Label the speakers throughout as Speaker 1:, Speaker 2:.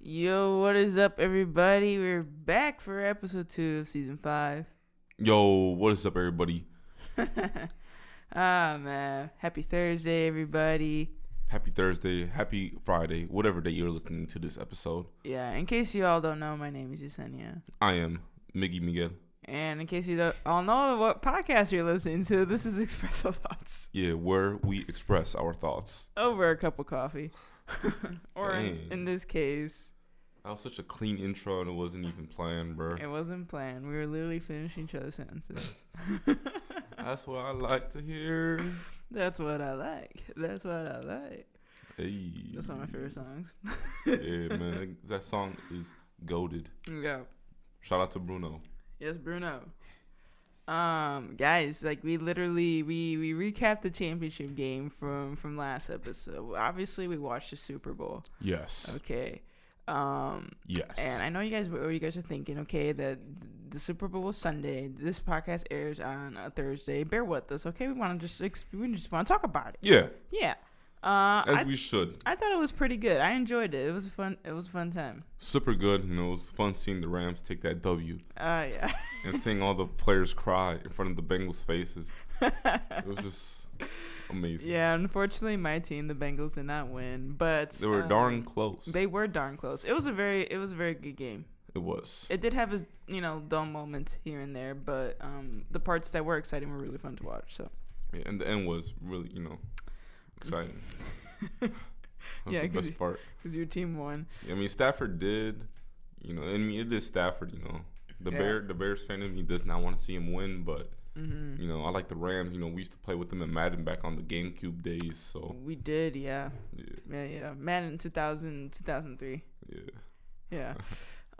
Speaker 1: Yo, what is up, everybody? We're back for episode two of season five.
Speaker 2: Yo, what is up, everybody?
Speaker 1: Ah, man. Happy Thursday, everybody.
Speaker 2: Happy Thursday, happy Friday, whatever day you're listening to this episode.
Speaker 1: Yeah, in case you all don't know, my name is Yesenia.
Speaker 2: I am Miggy Miguel.
Speaker 1: And in case you don't all know what podcast you're listening to, this is Espresso Thoughts
Speaker 2: Yeah, where we express our thoughts.
Speaker 1: over a cup of coffee. or in,
Speaker 2: Dang.
Speaker 1: in this case,
Speaker 2: That was such a clean intro and it wasn't even planned, bro.
Speaker 1: it wasn't planned. We were literally finishing each other's sentences.
Speaker 2: That's what I like to hear.
Speaker 1: That's what I like. That's what I like.
Speaker 2: Hey.
Speaker 1: That's one of my favorite songs.
Speaker 2: yeah, man. That song is goaded.
Speaker 1: Yeah.
Speaker 2: Shout out to Bruno.
Speaker 1: Yes, Bruno. Um, guys, like we literally we we recapped the championship game from from last episode. Obviously, we watched the Super Bowl.
Speaker 2: Yes.
Speaker 1: Okay. Um,
Speaker 2: Yes.
Speaker 1: Oh, and I know you guys what you guys are thinking. Okay, that the Super Bowl was Sunday. This podcast airs on a Thursday. Bear with us. Okay, we want to just ex- we just want to talk about it.
Speaker 2: yeah,
Speaker 1: Yeah. Uh,
Speaker 2: as
Speaker 1: I,
Speaker 2: we should.
Speaker 1: I thought it was pretty good. I enjoyed it. It was a fun. It was a fun time.
Speaker 2: Super good. You know, it was fun seeing the Rams take that W
Speaker 1: Uh, yeah.
Speaker 2: and seeing all the players cry in front of the Bengals' faces. It was just amazing.
Speaker 1: Yeah, unfortunately, my team, the Bengals, did not win, but
Speaker 2: They were
Speaker 1: um,
Speaker 2: darn close.
Speaker 1: They were darn close. It was a very, it was a very good game.
Speaker 2: it was.
Speaker 1: It did have its, you know, dull moments here and there, but um, the parts that were exciting were really fun to watch. So
Speaker 2: Yeah, and the end was really, you know, exciting. That's
Speaker 1: Yeah,
Speaker 2: the
Speaker 1: 'cause
Speaker 2: best
Speaker 1: it-
Speaker 2: part.
Speaker 1: because your team won,
Speaker 2: I mean, Stafford did, you know, I mean, it is Stafford, you know. The
Speaker 1: Yeah.
Speaker 2: Bear, the Bears fan in me does not want to see him win, but
Speaker 1: mm-hmm.
Speaker 2: you know, I like the Rams. You know, we used to play with them in Madden back on the GameCube days, so
Speaker 1: we did, yeah,
Speaker 2: yeah,
Speaker 1: yeah, yeah. Man in 2000, 2003,
Speaker 2: yeah.
Speaker 1: yeah.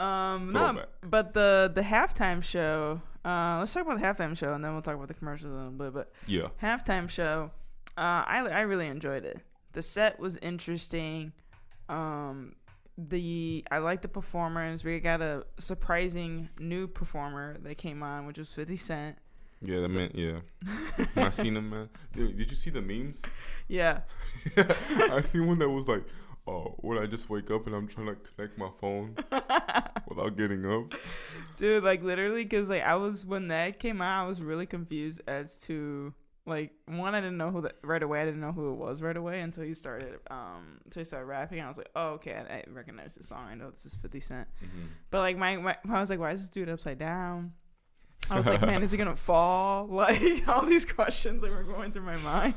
Speaker 1: Um, no,
Speaker 2: Throwback.
Speaker 1: but the the halftime show. Uh, let's talk about the halftime show, and then we'll talk about the commercials a little bit. But
Speaker 2: yeah.
Speaker 1: halftime show. Uh, I I really enjoyed it. The set was interesting. Um, the I like the performers. We got a surprising new performer that came on, which was Fifty Cent.
Speaker 2: Yeah, that man. Yeah, When I seen him, man. Dude, did you see the memes?
Speaker 1: Yeah,
Speaker 2: I seen one that was like, "Oh, when I just wake up and I'm trying to connect my phone without getting up."
Speaker 1: dude, like literally, cause like I was when that came out, I was really confused as to like one, I didn't know who that right away. I didn't know who it was right away until he started um until he started rapping. I was like, oh okay, I, I recognize this song. I know this is Fifty Cent. But like my, my I was like, why is this dude upside down? I was like, man, is he gonna fall? Like all these questions that were going through my mind.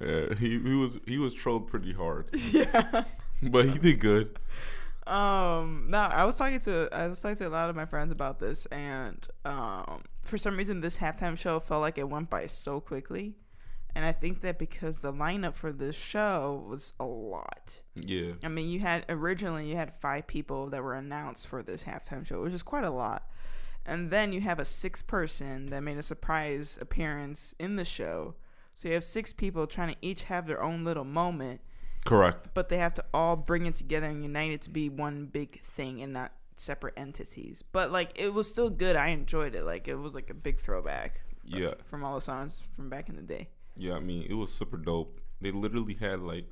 Speaker 2: Yeah, he, he was he was trolled pretty hard,
Speaker 1: yeah.
Speaker 2: but he did good.
Speaker 1: Um. No, I was talking to I was talking to a lot of my friends about this, and um, for some reason, this halftime show felt like it went by so quickly, and I think that because the lineup for this show was a lot.
Speaker 2: Yeah,
Speaker 1: I mean, you had originally you had five people that were announced for this halftime show, which is quite a lot. And then you have a sixth person that made a surprise appearance in the show. So you have six people trying to each have their own little moment,
Speaker 2: correct.
Speaker 1: but they have to all bring it together and unite it to be one big thing and not separate entities. But like it was still good. I enjoyed it. Like it was like a big throwback.
Speaker 2: Yeah.
Speaker 1: From all the songs from back in the day.
Speaker 2: Yeah, I mean, it was super dope. They literally had like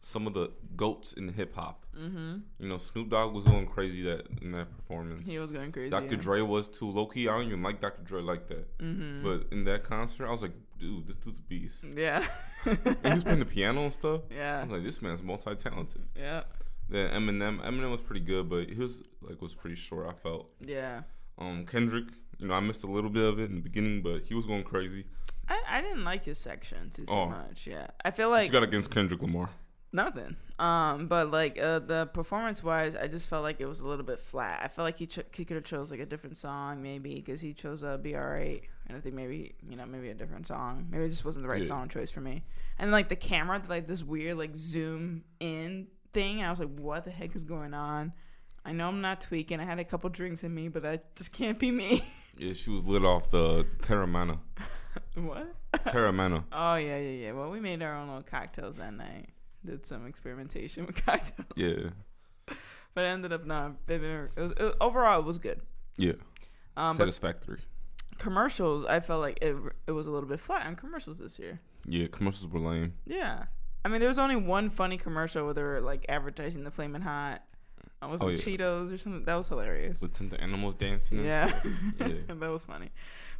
Speaker 2: some of the goats in hip hop.
Speaker 1: Mm.
Speaker 2: Mm-hmm. You know, Snoop Dogg was going crazy that in that performance.
Speaker 1: He was going crazy.
Speaker 2: Dr.
Speaker 1: yeah.
Speaker 2: Dre was too. Low key, I don't even like Dr. Dre like that. Mm-hmm. But in that concert, I was like, dude, this dude's a beast.
Speaker 1: Yeah.
Speaker 2: And he was playing the piano and stuff. I
Speaker 1: yeah.
Speaker 2: was like, this man's multi talented.
Speaker 1: Yeah.
Speaker 2: Then Eminem, Eminem was pretty good, but his like was pretty short. I felt.
Speaker 1: Yeah.
Speaker 2: Um, Kendrick, you know, I missed a little bit of it in the beginning, but he was going crazy.
Speaker 1: I, I didn't like his section too, too
Speaker 2: Oh.
Speaker 1: much. Yeah, I feel
Speaker 2: What you
Speaker 1: like
Speaker 2: got against Kendrick Lamar?
Speaker 1: nothing. Um, but like uh, the performance wise, I just felt like it was a little bit flat. I felt like he cho- he could have chose like a different song maybe because he chose uh, "Be Alright," and I think maybe you know maybe a different song. Maybe it just wasn't the right
Speaker 2: Yeah.
Speaker 1: song choice for me. And like the camera, like this weird like zoom in thing. I was like, what the heck is going on? I know I'm not tweaking. I had a couple drinks in me, but that just can't be me.
Speaker 2: Yeah, she was lit off the Terramana.
Speaker 1: what?
Speaker 2: Terramana.
Speaker 1: Oh yeah, yeah, yeah. Well, we made our own little cocktails that night. Did some experimentation with cocktails,
Speaker 2: Yeah,
Speaker 1: but it ended up not. It was, it, overall, it was good.
Speaker 2: yeah.
Speaker 1: Um, but
Speaker 2: Satisfactory.
Speaker 1: commercials, I felt like it it was a little bit flat on commercials this year.
Speaker 2: Yeah, commercials were lame.
Speaker 1: Yeah, I mean, there was only one funny commercial where they were like advertising the flaming hot. I was
Speaker 2: Oh,
Speaker 1: it
Speaker 2: yeah.
Speaker 1: Cheetos or something. That was hilarious.
Speaker 2: with the animals dancing. and
Speaker 1: Yeah,
Speaker 2: stuff. yeah.
Speaker 1: that was funny.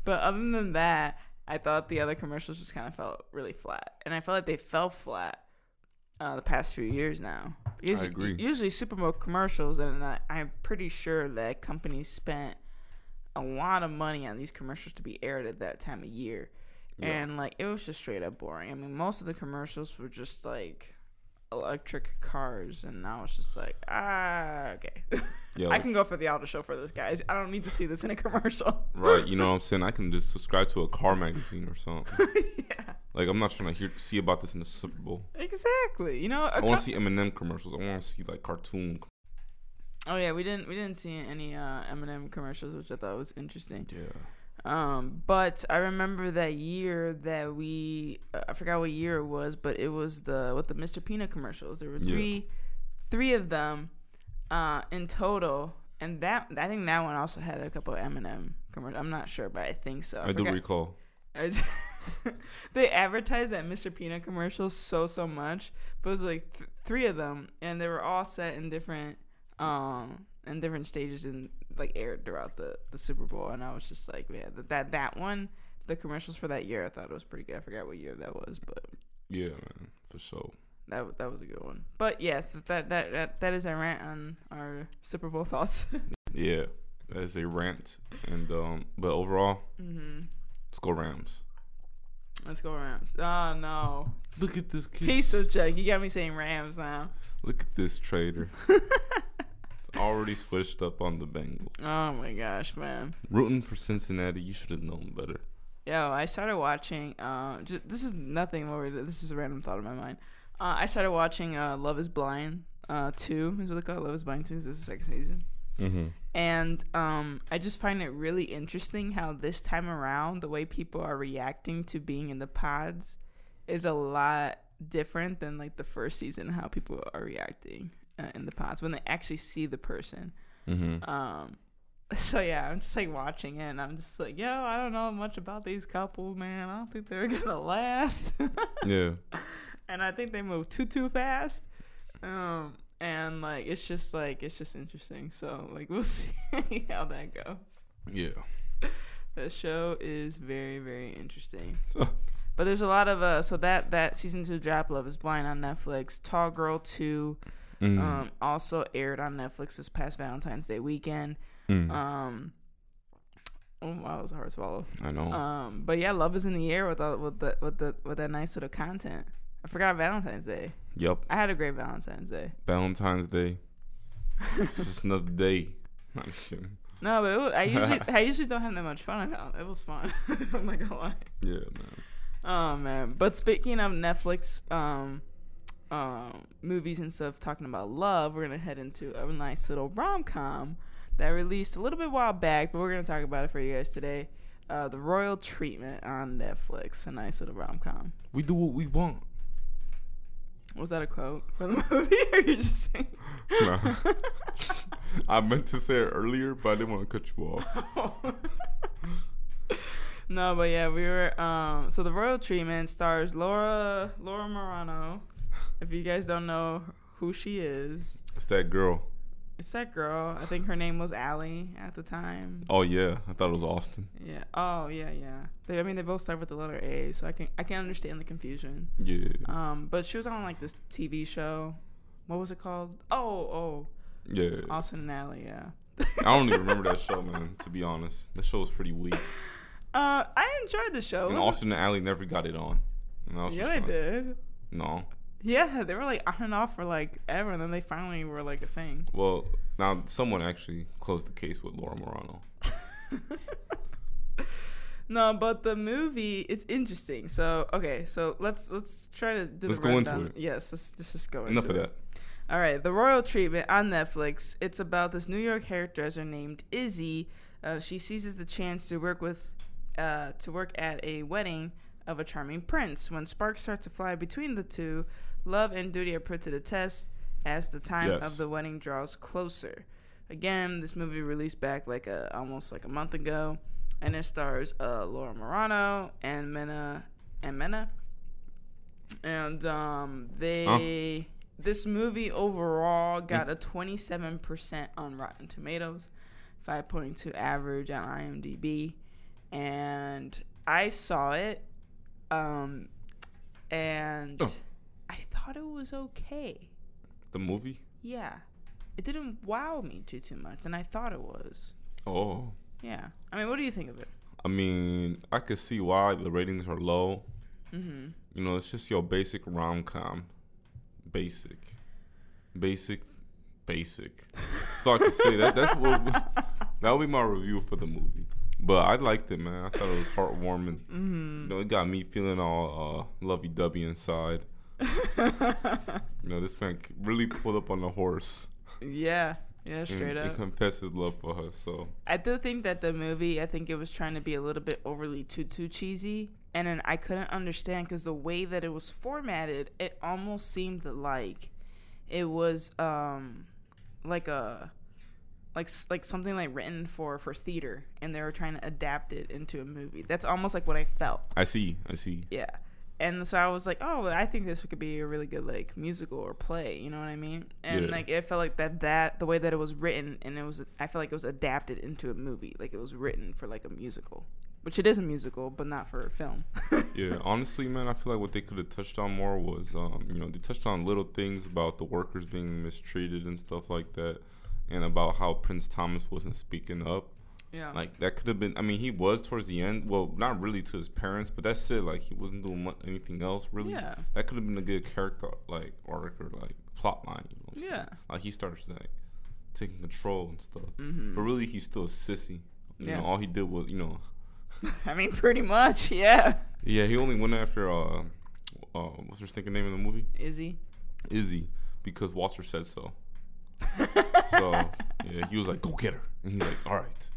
Speaker 1: But other than that, I thought the other commercials just kind of felt really flat, and I felt like they fell flat uh, the past few years now. Usually,
Speaker 2: agree.
Speaker 1: Usually, Super Bowl commercials, and I, I'm pretty sure that companies spent a lot of money on these commercials to be aired at that time of year,
Speaker 2: Yeah.
Speaker 1: and like it was just straight up boring. I mean, most of the commercials were just like electric cars, and I was just like, ah, okay.
Speaker 2: Yo,
Speaker 1: I can go for the auto show for this, guys. I don't need to see this in a commercial.
Speaker 2: right. You know what I'm saying? I can just subscribe to a car magazine or something.
Speaker 1: yeah,
Speaker 2: like I'm not trying to hear see about this in the Super Bowl.
Speaker 1: exactly. You know, a
Speaker 2: I want
Speaker 1: co-
Speaker 2: to see Eminem commercials. I want to see like cartoon.
Speaker 1: oh yeah, we didn't we didn't see any uh, Eminem commercials, which I thought was interesting.
Speaker 2: Yeah.
Speaker 1: Um, but I remember that year that we uh, I forgot what year it was, but it was the what the Mr. Peanut commercials. There were
Speaker 2: Yeah.
Speaker 1: three three of them uh, in total, and that I think that one also had a couple of Eminem commercials. I'm not sure, but I think so.
Speaker 2: I, do
Speaker 1: forgot-
Speaker 2: recall.
Speaker 1: I was- they advertised that Mr. Peanut commercial so so much, but it was like th- three of them, and they were all set in different um in different stages and like aired throughout the the Super Bowl, and I was just like, man, that that, that one. The commercials for that year, I thought it was pretty good. I forgot what year that was, but
Speaker 2: Yeah, man, for sure.
Speaker 1: that wa- that was a good one. But yes, that that that, that is our rant on our Super Bowl thoughts.
Speaker 2: Yeah, that is a rant. And um, but overall,
Speaker 1: hmm
Speaker 2: let's go Rams.
Speaker 1: Let's go Rams. Oh no,
Speaker 2: Look at this kid.
Speaker 1: piece of junk. You got me saying Rams now.
Speaker 2: Look at this traitor. Already switched up on the Bengals.
Speaker 1: Oh my gosh, man.
Speaker 2: Rooting for Cincinnati, you should have known better.
Speaker 1: Yo, I started watching. Uh, ju- this is nothing over. This is a random thought in my mind. Uh, I started watching uh, Love Is Blind uh, two. Is what they call it. Love Is Blind two. 'cause This is the second season,
Speaker 2: Mm-hmm.
Speaker 1: and um, I just find it really interesting how this time around the way people are reacting to being in the pods is a lot different than like the first season. How people are reacting uh, in the pods when they actually see the person.
Speaker 2: Mm-hmm.
Speaker 1: Um, so yeah, I'm just like watching it, and I'm just like, yo, I don't know much about these couples, man. I don't think they're gonna last,
Speaker 2: Yeah.
Speaker 1: and I think they move too too fast. Um, and like it's just like it's just interesting. So like we'll see how that goes.
Speaker 2: Yeah.
Speaker 1: The show is very very interesting.
Speaker 2: Oh.
Speaker 1: But there's a lot of uh, so that that season two drop Love Is Blind on Netflix. Tall Girl two
Speaker 2: Mm.
Speaker 1: um also aired on Netflix this past Valentine's Day weekend.
Speaker 2: Mm.
Speaker 1: Um, oh wow, that was a hard swallow.
Speaker 2: I know.
Speaker 1: Um, but yeah, love is in the air with all, with the with the with that nice little content. I forgot Valentine's Day.
Speaker 2: yep.
Speaker 1: I had a great Valentine's Day.
Speaker 2: Valentine's Day. It's just another day. I'm just kidding.
Speaker 1: No, but it was, I usually I usually don't have that much fun. I don't- It was fun. I'm not gonna lie.
Speaker 2: Yeah, man.
Speaker 1: Oh man. But speaking of Netflix, um, um, movies and stuff, talking about love, we're gonna head into a nice little rom com that released a little bit while back, but we're gonna talk about it for you guys today. Uh, the Royal Treatment on Netflix, a nice little rom com.
Speaker 2: We do what we want.
Speaker 1: Was that a quote from the movie, or you just saying?
Speaker 2: Nah. I meant to say it earlier, but I didn't want to cut you off.
Speaker 1: no, but yeah, we were. Um, so the Royal Treatment stars Laura Laura Morano. If you guys don't know who she is,
Speaker 2: It's that girl.
Speaker 1: it's that girl. I think her name was Allie at the time.
Speaker 2: Oh yeah, I thought it was Austin.
Speaker 1: Yeah. Oh yeah, yeah. They, I mean, they both start with the letter A, so I can I can understand the confusion.
Speaker 2: Yeah.
Speaker 1: Um, but she was on like this TV show. What was it called? Oh,
Speaker 2: Yeah.
Speaker 1: oh, Austin and Allie. Yeah.
Speaker 2: I don't even remember that show, man, to be honest. The show was pretty weak.
Speaker 1: Uh, I enjoyed the show. It
Speaker 2: And
Speaker 1: wasn't-
Speaker 2: Austin and Alley never got it on. And I was
Speaker 1: yeah,
Speaker 2: just
Speaker 1: they
Speaker 2: trying to s-
Speaker 1: did.
Speaker 2: No.
Speaker 1: Yeah, they were like on and off for like ever, and then they finally were like a thing.
Speaker 2: Well, now someone actually closed the case with Laura Morano.
Speaker 1: No, but the movie it's interesting. So okay, so let's let's try to do
Speaker 2: Let's
Speaker 1: the
Speaker 2: go into
Speaker 1: rundown.
Speaker 2: it.
Speaker 1: Yes, let's, let's just go
Speaker 2: Enough
Speaker 1: into
Speaker 2: of
Speaker 1: it.
Speaker 2: that.
Speaker 1: All right, The Royal Treatment on Netflix. It's about this New York hairdresser named Izzy. Uh, she seizes the chance to work with, uh, to work at a wedding of a charming prince. When sparks start to fly between the two, love and duty are put to the test as the time
Speaker 2: Yes.
Speaker 1: of the wedding draws closer. Again, this movie released back like a almost like a month ago, and it stars uh, Laura Morano and Mena and Mena and um, they this movie overall got a 27% on Rotten Tomatoes, 5.2 average on IMDb, and I saw it, um, and
Speaker 2: Oh.
Speaker 1: I thought it was okay.
Speaker 2: The movie?
Speaker 1: Yeah, it didn't wow me too too much, and I thought it was.
Speaker 2: Oh.
Speaker 1: Yeah, I mean, what do you think of it?
Speaker 2: I mean, I could see why the ratings are low.
Speaker 1: Mm-hmm.
Speaker 2: You know, it's just your basic rom com. Basic. Basic. Basic. So I could say that that's what that would be my review for the movie. But I liked it, man. I thought it was heartwarming. You
Speaker 1: Mm-hmm.
Speaker 2: know, it got me feeling all uh, lovey dovey inside. You know, this man c- really pulled up on the horse
Speaker 1: yeah, yeah,
Speaker 2: and,
Speaker 1: straight
Speaker 2: and
Speaker 1: up.
Speaker 2: confessed his love for her. So
Speaker 1: I do think that the movie, I think it was trying to be a little bit overly too too cheesy, and then I couldn't understand because the way that it was formatted, it almost seemed like it was um like a like s- like something like written for for theater, and they were trying to adapt it into a movie. That's almost like what I felt.
Speaker 2: I see, I see.
Speaker 1: Yeah. And so I was like, oh, I think this could be a really good like musical or play. You know what I mean? And
Speaker 2: Yeah.
Speaker 1: like it felt like that that the way that it was written and it was I felt like it was adapted into a movie. Like it was written for like a musical, which it is a musical, but not for a film.
Speaker 2: Yeah, honestly, man, I feel like what they could have touched on more was, um, you know, they touched on little things about the workers being mistreated and stuff like that, and about how Prince Thomas wasn't speaking up.
Speaker 1: Yeah.
Speaker 2: Like that could have been. I mean, he was towards the end. Well, not really to his parents, but that's it. Like he wasn't doing mu- anything else really.
Speaker 1: Yeah.
Speaker 2: That could have been a good character like arc or like plot line. You know what I'm saying?
Speaker 1: Yeah.
Speaker 2: Like he starts like taking control and stuff, but
Speaker 1: hmm
Speaker 2: really he's still a sissy. You
Speaker 1: Yeah.
Speaker 2: know, all he did was you know
Speaker 1: I mean, pretty much. Yeah.
Speaker 2: yeah, he only went after uh, uh what's her stinking name in the movie?
Speaker 1: Izzy.
Speaker 2: Izzy, because Walter said so. so yeah, he was like, "Go get her," and he's like, "All right,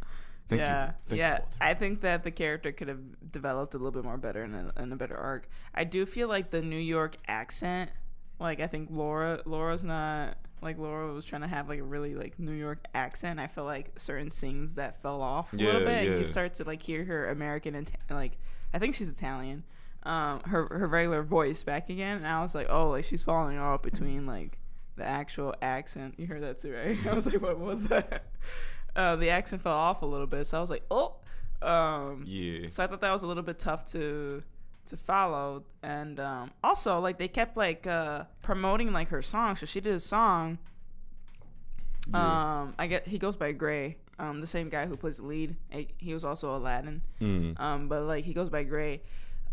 Speaker 2: thank
Speaker 1: yeah.
Speaker 2: you, thank
Speaker 1: yeah.
Speaker 2: you, Walter."
Speaker 1: I think that the character could have developed a little bit more better in a, in a better arc. I do feel like the New York accent, like I think Laura Laura's not like Laura was trying to have like a really like New York accent. I feel like certain scenes that fell off a
Speaker 2: Yeah,
Speaker 1: little bit, and
Speaker 2: yeah.
Speaker 1: you start to like hear her American and like I think she's Italian. Um, her her regular voice back again, and I was like, oh, like she's falling off between like the actual accent. You heard that too, right? I was like, what was that? Uh, the accent fell off a little bit, so I was like, oh. Um,
Speaker 2: yeah,
Speaker 1: so I thought that was a little bit tough to to follow, and um, also like they kept like uh, promoting like her song. So she did a song.
Speaker 2: yeah.
Speaker 1: Um, I get he goes by Gray, um, the same guy who plays the lead. Eh, He was also Aladdin,
Speaker 2: Mm.
Speaker 1: um, but like he goes by Gray.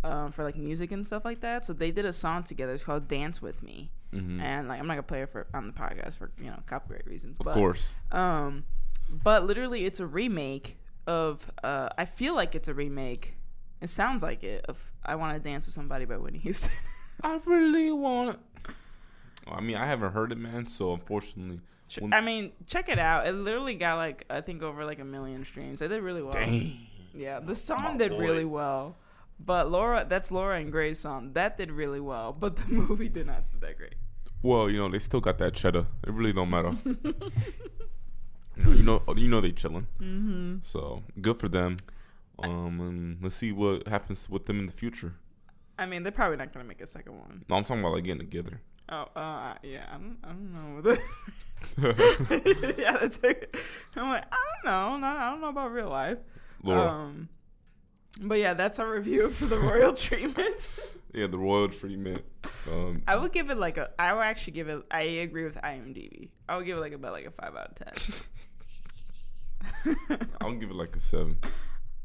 Speaker 1: Um, for like music and stuff like that, so they did a song together. It's called "Dance with Me,"
Speaker 2: Mhm.
Speaker 1: and like I'm not gonna play it for on the podcast for you know copyright reasons.
Speaker 2: of
Speaker 1: but,
Speaker 2: course.
Speaker 1: um, but literally, it's a remake of. Uh, I feel like it's a remake. It sounds like it of "I Want to Dance with Somebody" by Whitney Houston.
Speaker 2: I really want. I mean, I haven't heard it, man. So unfortunately,
Speaker 1: Ch-
Speaker 2: Well-
Speaker 1: I mean, check it out. It literally got like I think over like a million streams. They did really well.
Speaker 2: dang. Oh
Speaker 1: Yeah, the
Speaker 2: My
Speaker 1: song did
Speaker 2: boy.
Speaker 1: really well. But Laura, that's Laura and Gray's song. That did really well, but the movie did not do that great.
Speaker 2: Well, you know, they still got that cheddar. It really don't matter. you know, you know, you know they chilling.
Speaker 1: Mm-hmm.
Speaker 2: So good for them. Um, and let's see what happens with them in the future.
Speaker 1: I mean, they're probably not gonna make a second one.
Speaker 2: No, I'm talking about like getting together.
Speaker 1: Oh, uh, yeah, I don't, I don't know. what the- yeah, that's it. I'm like, I don't know. No, I don't know about real life.
Speaker 2: Laura.
Speaker 1: Um, but yeah, that's our review for the royal treatment.
Speaker 2: yeah, the royal treatment. Um,
Speaker 1: I would give it like a. I would actually give it. I agree with IMDb. I would give it like about like a five out of ten.
Speaker 2: I'll give it like a seven.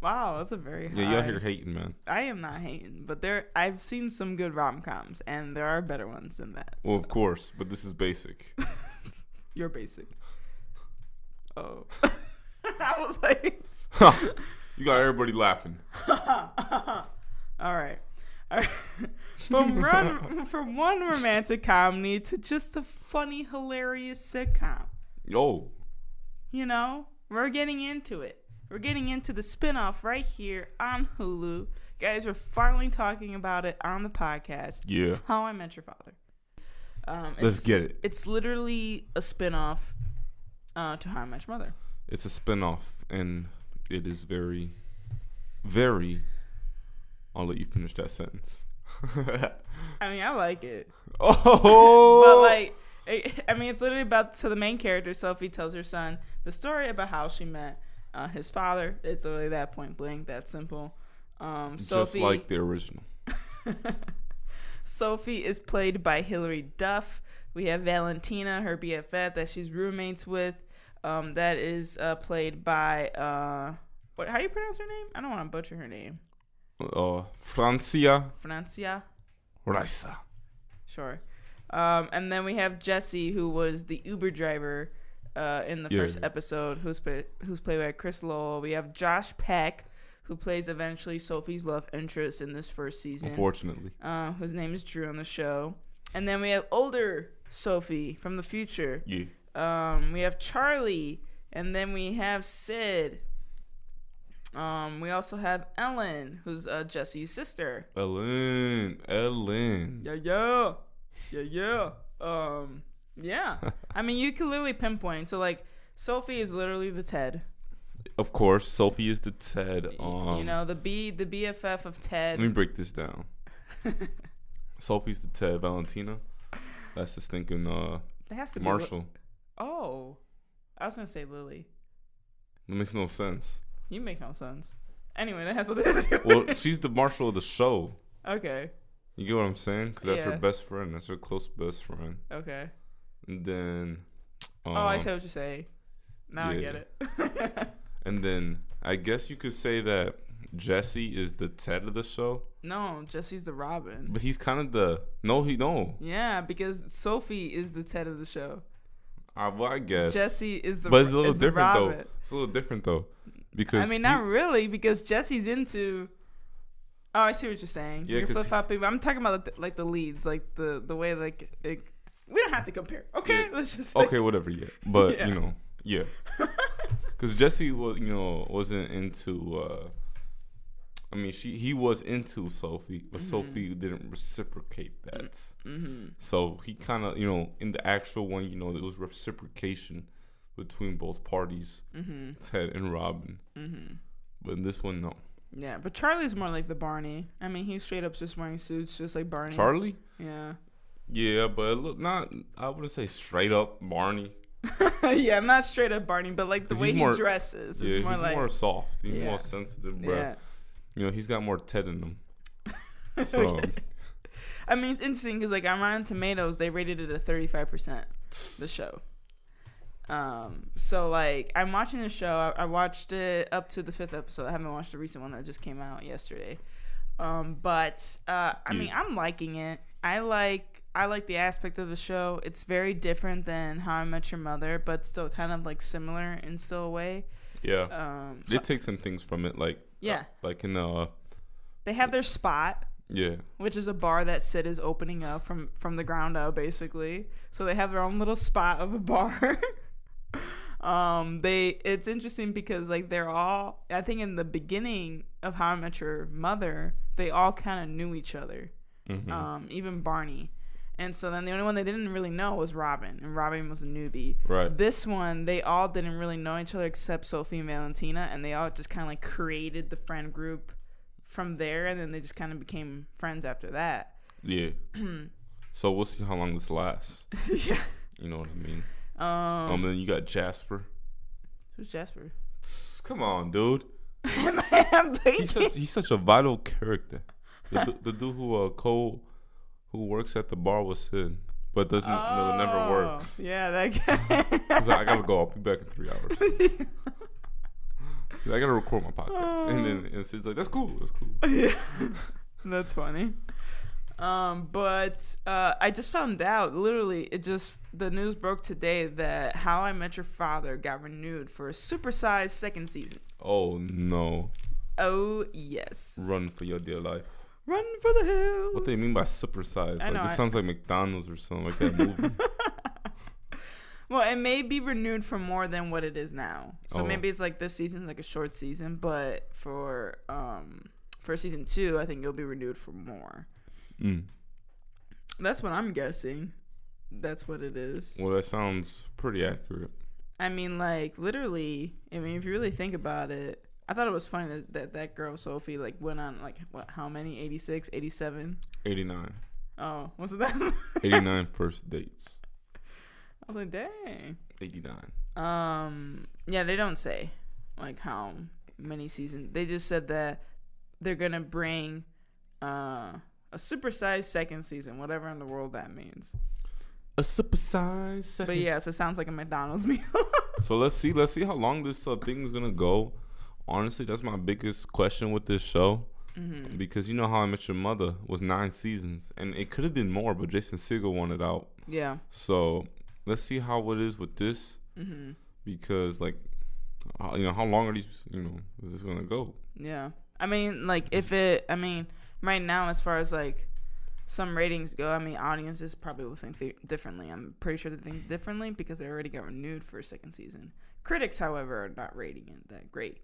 Speaker 1: wow, that's a very high.
Speaker 2: Yeah, y'all here hating, man.
Speaker 1: I am not hating, but there. I've seen some good rom coms, and there are better ones than that.
Speaker 2: Well,
Speaker 1: so
Speaker 2: of course, but this is basic.
Speaker 1: you're basic. Oh, I was like.
Speaker 2: You got everybody laughing.
Speaker 1: all right. All right. from run, from one romantic comedy to just a funny, hilarious sitcom.
Speaker 2: Yo,
Speaker 1: You know, we're getting into it. We're getting into the spinoff right here on Hulu. Guys, we're finally talking about it on the podcast.
Speaker 2: yeah.
Speaker 1: How I Met Your Father. Um, it's-
Speaker 2: Let's get it.
Speaker 1: It's literally a spinoff uh, to How I Met Your Mother.
Speaker 2: It's a spinoff, and it is very, very. I'll let you finish that sentence.
Speaker 1: I mean, I like it.
Speaker 2: oh,
Speaker 1: But like, it, I mean, it's literally about so the main character Sophie tells her son the story about how she met uh, his father. It's literally that point blank, that simple. Um,
Speaker 2: just
Speaker 1: Sophie,
Speaker 2: like the original.
Speaker 1: Sophie is played by Hilary Duff. We have Valentina, her BFF that she's roommates with. Um, that is uh, played by uh, what? How do you pronounce her name? I don't want to butcher her name.
Speaker 2: Uh, Francia
Speaker 1: Francia.
Speaker 2: Raisa.
Speaker 1: Sure. Um, and then we have Jesse, who was the Uber driver uh, in the
Speaker 2: Yeah.
Speaker 1: first episode, who's play, who's played by Chris Lowell. We have Josh Peck, who plays eventually Sophie's love interest in this first season,
Speaker 2: Unfortunately,
Speaker 1: uh, whose name is Drew on the show. And then we have older Sophie from the future.
Speaker 2: yeah.
Speaker 1: Um, we have Charlie, and then we have Sid. Um, we also have Ellen, who's uh, Jesse's sister.
Speaker 2: Ellen, Ellen.
Speaker 1: Yeah, yeah, yeah, yeah. Um, yeah. I mean, you can literally pinpoint. So like, Sophie is literally the Ted.
Speaker 2: Of course, Sophie is the Ted.
Speaker 1: Y-
Speaker 2: Um,
Speaker 1: you know, the B, the BFF of
Speaker 2: let me
Speaker 1: Ted.
Speaker 2: break this down. Sophie's the Ted. Valentina, that's the stinking uh,
Speaker 1: It has to be Li-
Speaker 2: Marshall.
Speaker 1: oh, I was gonna say Lily.
Speaker 2: That makes no sense.
Speaker 1: You make no sense. Anyway, that has something to do. with
Speaker 2: Well, she's the Marshall of the show.
Speaker 1: Okay.
Speaker 2: You get what I'm saying? Because that's
Speaker 1: Yeah.
Speaker 2: her best friend. That's her close best friend.
Speaker 1: Okay.
Speaker 2: And then, um,
Speaker 1: oh, I see what you're saying. Now I
Speaker 2: yeah.
Speaker 1: get it.
Speaker 2: And then I guess you could say that Jesse is the Ted of the show,
Speaker 1: no, Jesse's the Robin.
Speaker 2: but he's kind of the no. He no.
Speaker 1: Yeah, because Sophie is the Ted of the show.
Speaker 2: I, Uh, well, I guess.
Speaker 1: Jesse is the
Speaker 2: but it's a
Speaker 1: Ro-
Speaker 2: little
Speaker 1: is the
Speaker 2: different though.
Speaker 1: Robin.
Speaker 2: It's a little different though, because
Speaker 1: I mean,
Speaker 2: he-
Speaker 1: not really, because Jesse's into. Oh, I see what you're saying.
Speaker 2: Yeah,
Speaker 1: you're
Speaker 2: 'cause-
Speaker 1: flip flopping. I'm talking about like the, like the leads, like the the way like it, we don't have to compare. Okay,
Speaker 2: Yeah. Oh.
Speaker 1: let's just
Speaker 2: okay, whatever. Yeah, but
Speaker 1: Yeah.
Speaker 2: you know, yeah, because Jesse was you know wasn't into. uh I mean, she he was into Sophie, but Sophie didn't reciprocate that.
Speaker 1: Mm-hmm.
Speaker 2: So he kind of, you know, in the actual one, you know, it was reciprocation between both parties,
Speaker 1: Mm-hmm.
Speaker 2: Ted and Robin.
Speaker 1: Mm-hmm.
Speaker 2: But in this one, no.
Speaker 1: Yeah, but Charlie's more like the Barney. I mean, he's straight up just wearing suits, just like Barney.
Speaker 2: Charlie?
Speaker 1: yeah.
Speaker 2: Yeah, but look, not, I wouldn't say straight up Barney.
Speaker 1: yeah, I'm not straight up Barney, but like the
Speaker 2: 'Cause
Speaker 1: way
Speaker 2: he's
Speaker 1: he
Speaker 2: more-
Speaker 1: dresses is
Speaker 2: yeah,
Speaker 1: more
Speaker 2: he's
Speaker 1: like
Speaker 2: more soft. He's
Speaker 1: Yeah.
Speaker 2: more sensitive, bro.
Speaker 1: yeah.
Speaker 2: You know, he's got more Ted in him. So,
Speaker 1: I mean, it's interesting because like on Rotten Tomatoes, they rated it at 35 percent. the show. Um, so like I'm watching the show. I, I watched it up to the fifth episode. I haven't watched the recent one that just came out yesterday. Um, but uh, I
Speaker 2: Yeah.
Speaker 1: mean, I'm liking it. I like I like the aspect of the show. It's very different than How I Met Your Mother, but still kind of like similar in still a way.
Speaker 2: yeah.
Speaker 1: Um,
Speaker 2: they take some things from it, like,
Speaker 1: yeah,
Speaker 2: like in, uh,
Speaker 1: they have their spot.
Speaker 2: yeah.
Speaker 1: which is a bar that Sid is opening up from from the ground up, basically. So they have their own little spot of a bar. um, they it's interesting because like they're all I think in the beginning of How I Met Your Mother, they all kind of knew each other.
Speaker 2: Mhm.
Speaker 1: Um, even Barney. And so then the only one they didn't really know was Robin, and Robin was a newbie.
Speaker 2: Right.
Speaker 1: This one, they all didn't really know each other except Sophie and Valentina, and they all just kind of like created the friend group from there, and then they just kind of became friends after that.
Speaker 2: Yeah. so we'll see how long this lasts.
Speaker 1: yeah.
Speaker 2: You know what I mean?
Speaker 1: Um,
Speaker 2: Um, then you got Jasper.
Speaker 1: who's Jasper?
Speaker 2: Come on, dude.
Speaker 1: I'm
Speaker 2: He's
Speaker 1: blanking.
Speaker 2: such, he's such a vital character. The, du- the dude who uh, Cole, who works at the bar with Sid, but doesn't no, never
Speaker 1: Oh,
Speaker 2: works.
Speaker 1: Yeah, that guy.
Speaker 2: He's like, I gotta go. I'll be back in three hours. He's like, I gotta record my podcast, and then and Sid's like, "That's cool. That's cool."
Speaker 1: Yeah. That's funny. Um, but uh, I just found out literally it just the news broke today that How I Met Your Father got renewed for a supersized second season.
Speaker 2: Oh no!
Speaker 1: Oh yes.
Speaker 2: Run for your dear life.
Speaker 1: Run for the hills.
Speaker 2: What they mean by supersize?
Speaker 1: I
Speaker 2: Like
Speaker 1: know,
Speaker 2: this
Speaker 1: I-
Speaker 2: sounds like McDonald's or something like that movie.
Speaker 1: Well, it may be renewed for more than what it is now. So
Speaker 2: Oh.
Speaker 1: maybe it's like this season's like a short season, but for um for season two, I think it'll be renewed for more.
Speaker 2: mm.
Speaker 1: That's what I'm guessing. That's what it is.
Speaker 2: Well, that sounds pretty accurate.
Speaker 1: I mean, like literally. I mean, if you really think about it, I thought it was funny that that, that girl Sophie like went on like what how many 86, 87?
Speaker 2: 89.
Speaker 1: Oh, was it that? I
Speaker 2: 89 first dates.
Speaker 1: was like, dang.
Speaker 2: 89.
Speaker 1: Um, yeah, they don't say like how many seasons. They just said that they're gonna bring uh, a supersized second season, whatever in the world that means.
Speaker 2: A supersized second.
Speaker 1: But yes, it sounds like a McDonald's meal.
Speaker 2: So let's see. Let's see how long this uh, thing is gonna go. Honestly, that's my biggest question with this show
Speaker 1: Mm-hmm.
Speaker 2: because you know how I Met Your Mother was nine seasons, and it could have been more, but Jason Segel wanted out.
Speaker 1: yeah.
Speaker 2: So let's see how it is with this
Speaker 1: hmm
Speaker 2: because, like, uh, you know, how long are these? You know, is this gonna go?
Speaker 1: Yeah. I mean, like, if it, I mean, right now, as far as like some ratings go, I mean, audiences probably will think th- differently. I'm pretty sure they think differently because they already got renewed for a second season. Critics, however, are not rating it that great.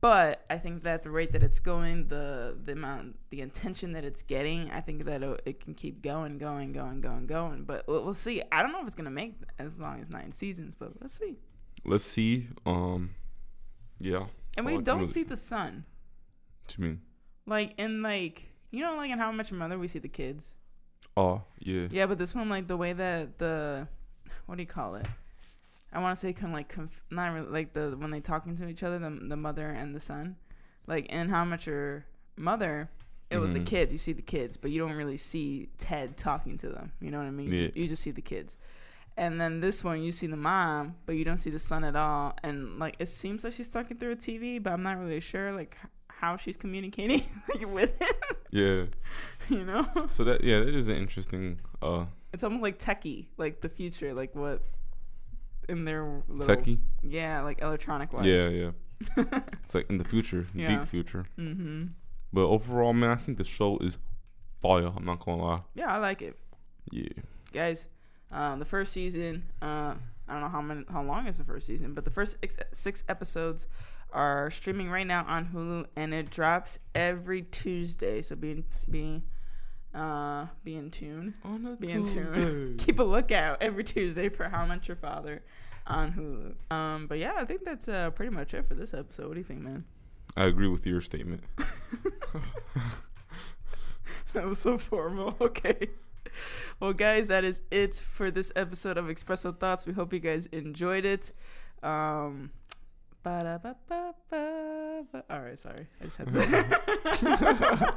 Speaker 1: But I think that the rate that it's going, the the amount, the attention that it's getting, I think that it, it can keep going, going, going, going, going. But we'll, we'll see. I don't know if it's gonna make as long as nine seasons, but let's see.
Speaker 2: Let's see. Um, yeah.
Speaker 1: And
Speaker 2: So,
Speaker 1: we
Speaker 2: like,
Speaker 1: don't
Speaker 2: really-
Speaker 1: see the sun.
Speaker 2: What you mean?
Speaker 1: Like in like you know like in How I Met Your Mother we see the kids.
Speaker 2: Oh, yeah.
Speaker 1: Yeah, but this one like the way that the what do you call it? I want to say kind of like conf- not really, like the when they talking to each other the the mother and the son. Like in How I Met Your Mother, it was the
Speaker 2: Mhm.
Speaker 1: kids. You see the kids, but you don't really see Ted talking to them. You know what I mean?
Speaker 2: Yeah.
Speaker 1: You, you just see the kids. And then this one, you see the mom, but you don't see the son at all. And like, it seems like she's talking through a TV, but I'm not really sure like h- how she's communicating like, with him.
Speaker 2: Yeah.
Speaker 1: You know,
Speaker 2: So that yeah, that is an interesting uh
Speaker 1: it's almost like techie, like the future, like what in their little,
Speaker 2: techie.
Speaker 1: yeah, like electronic wise.
Speaker 2: Yeah, yeah. it's like in the future,
Speaker 1: Yeah.
Speaker 2: deep future.
Speaker 1: Mm-hmm.
Speaker 2: But overall, man, I think the show is fire. I'm not gonna lie.
Speaker 1: Yeah, I like it,
Speaker 2: Yeah.
Speaker 1: guys. Um, the first season, uh, I don't know how many, how long is the first season, but the first ex- six episodes are streaming right now on Hulu, and it drops every Tuesday. So be in, be, uh, be in tune.
Speaker 2: On a
Speaker 1: Be in tune. Keep a lookout every Tuesday for How Much Your Father on Hulu. Um, but yeah, I think that's uh, pretty much it for this episode. What do you think, man?
Speaker 2: I agree with your statement.
Speaker 1: That was so formal. Okay. Well, guys, that is it for this episode of Expresso Thoughts. We hope you guys enjoyed it. Um, ba-da-ba-ba-ba. All right, sorry. I just had to.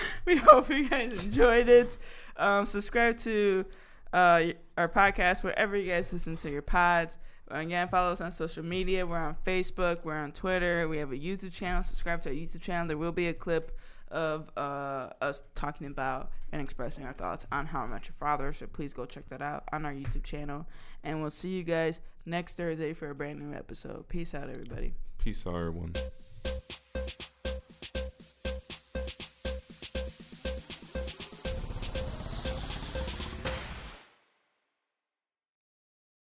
Speaker 1: we hope you guys enjoyed it. Um, subscribe to uh, our podcast wherever you guys listen to your pods. Again, follow us on social media. We're on Facebook. We're on Twitter. We have a YouTube channel. Subscribe to our YouTube channel. There will be a clip of uh, us talking about and expressing our thoughts on How I Met Your Father. So please go check that out on our YouTube channel. And we'll see you guys next Thursday for a brand new episode. Peace out, everybody.
Speaker 2: Peace out, everyone.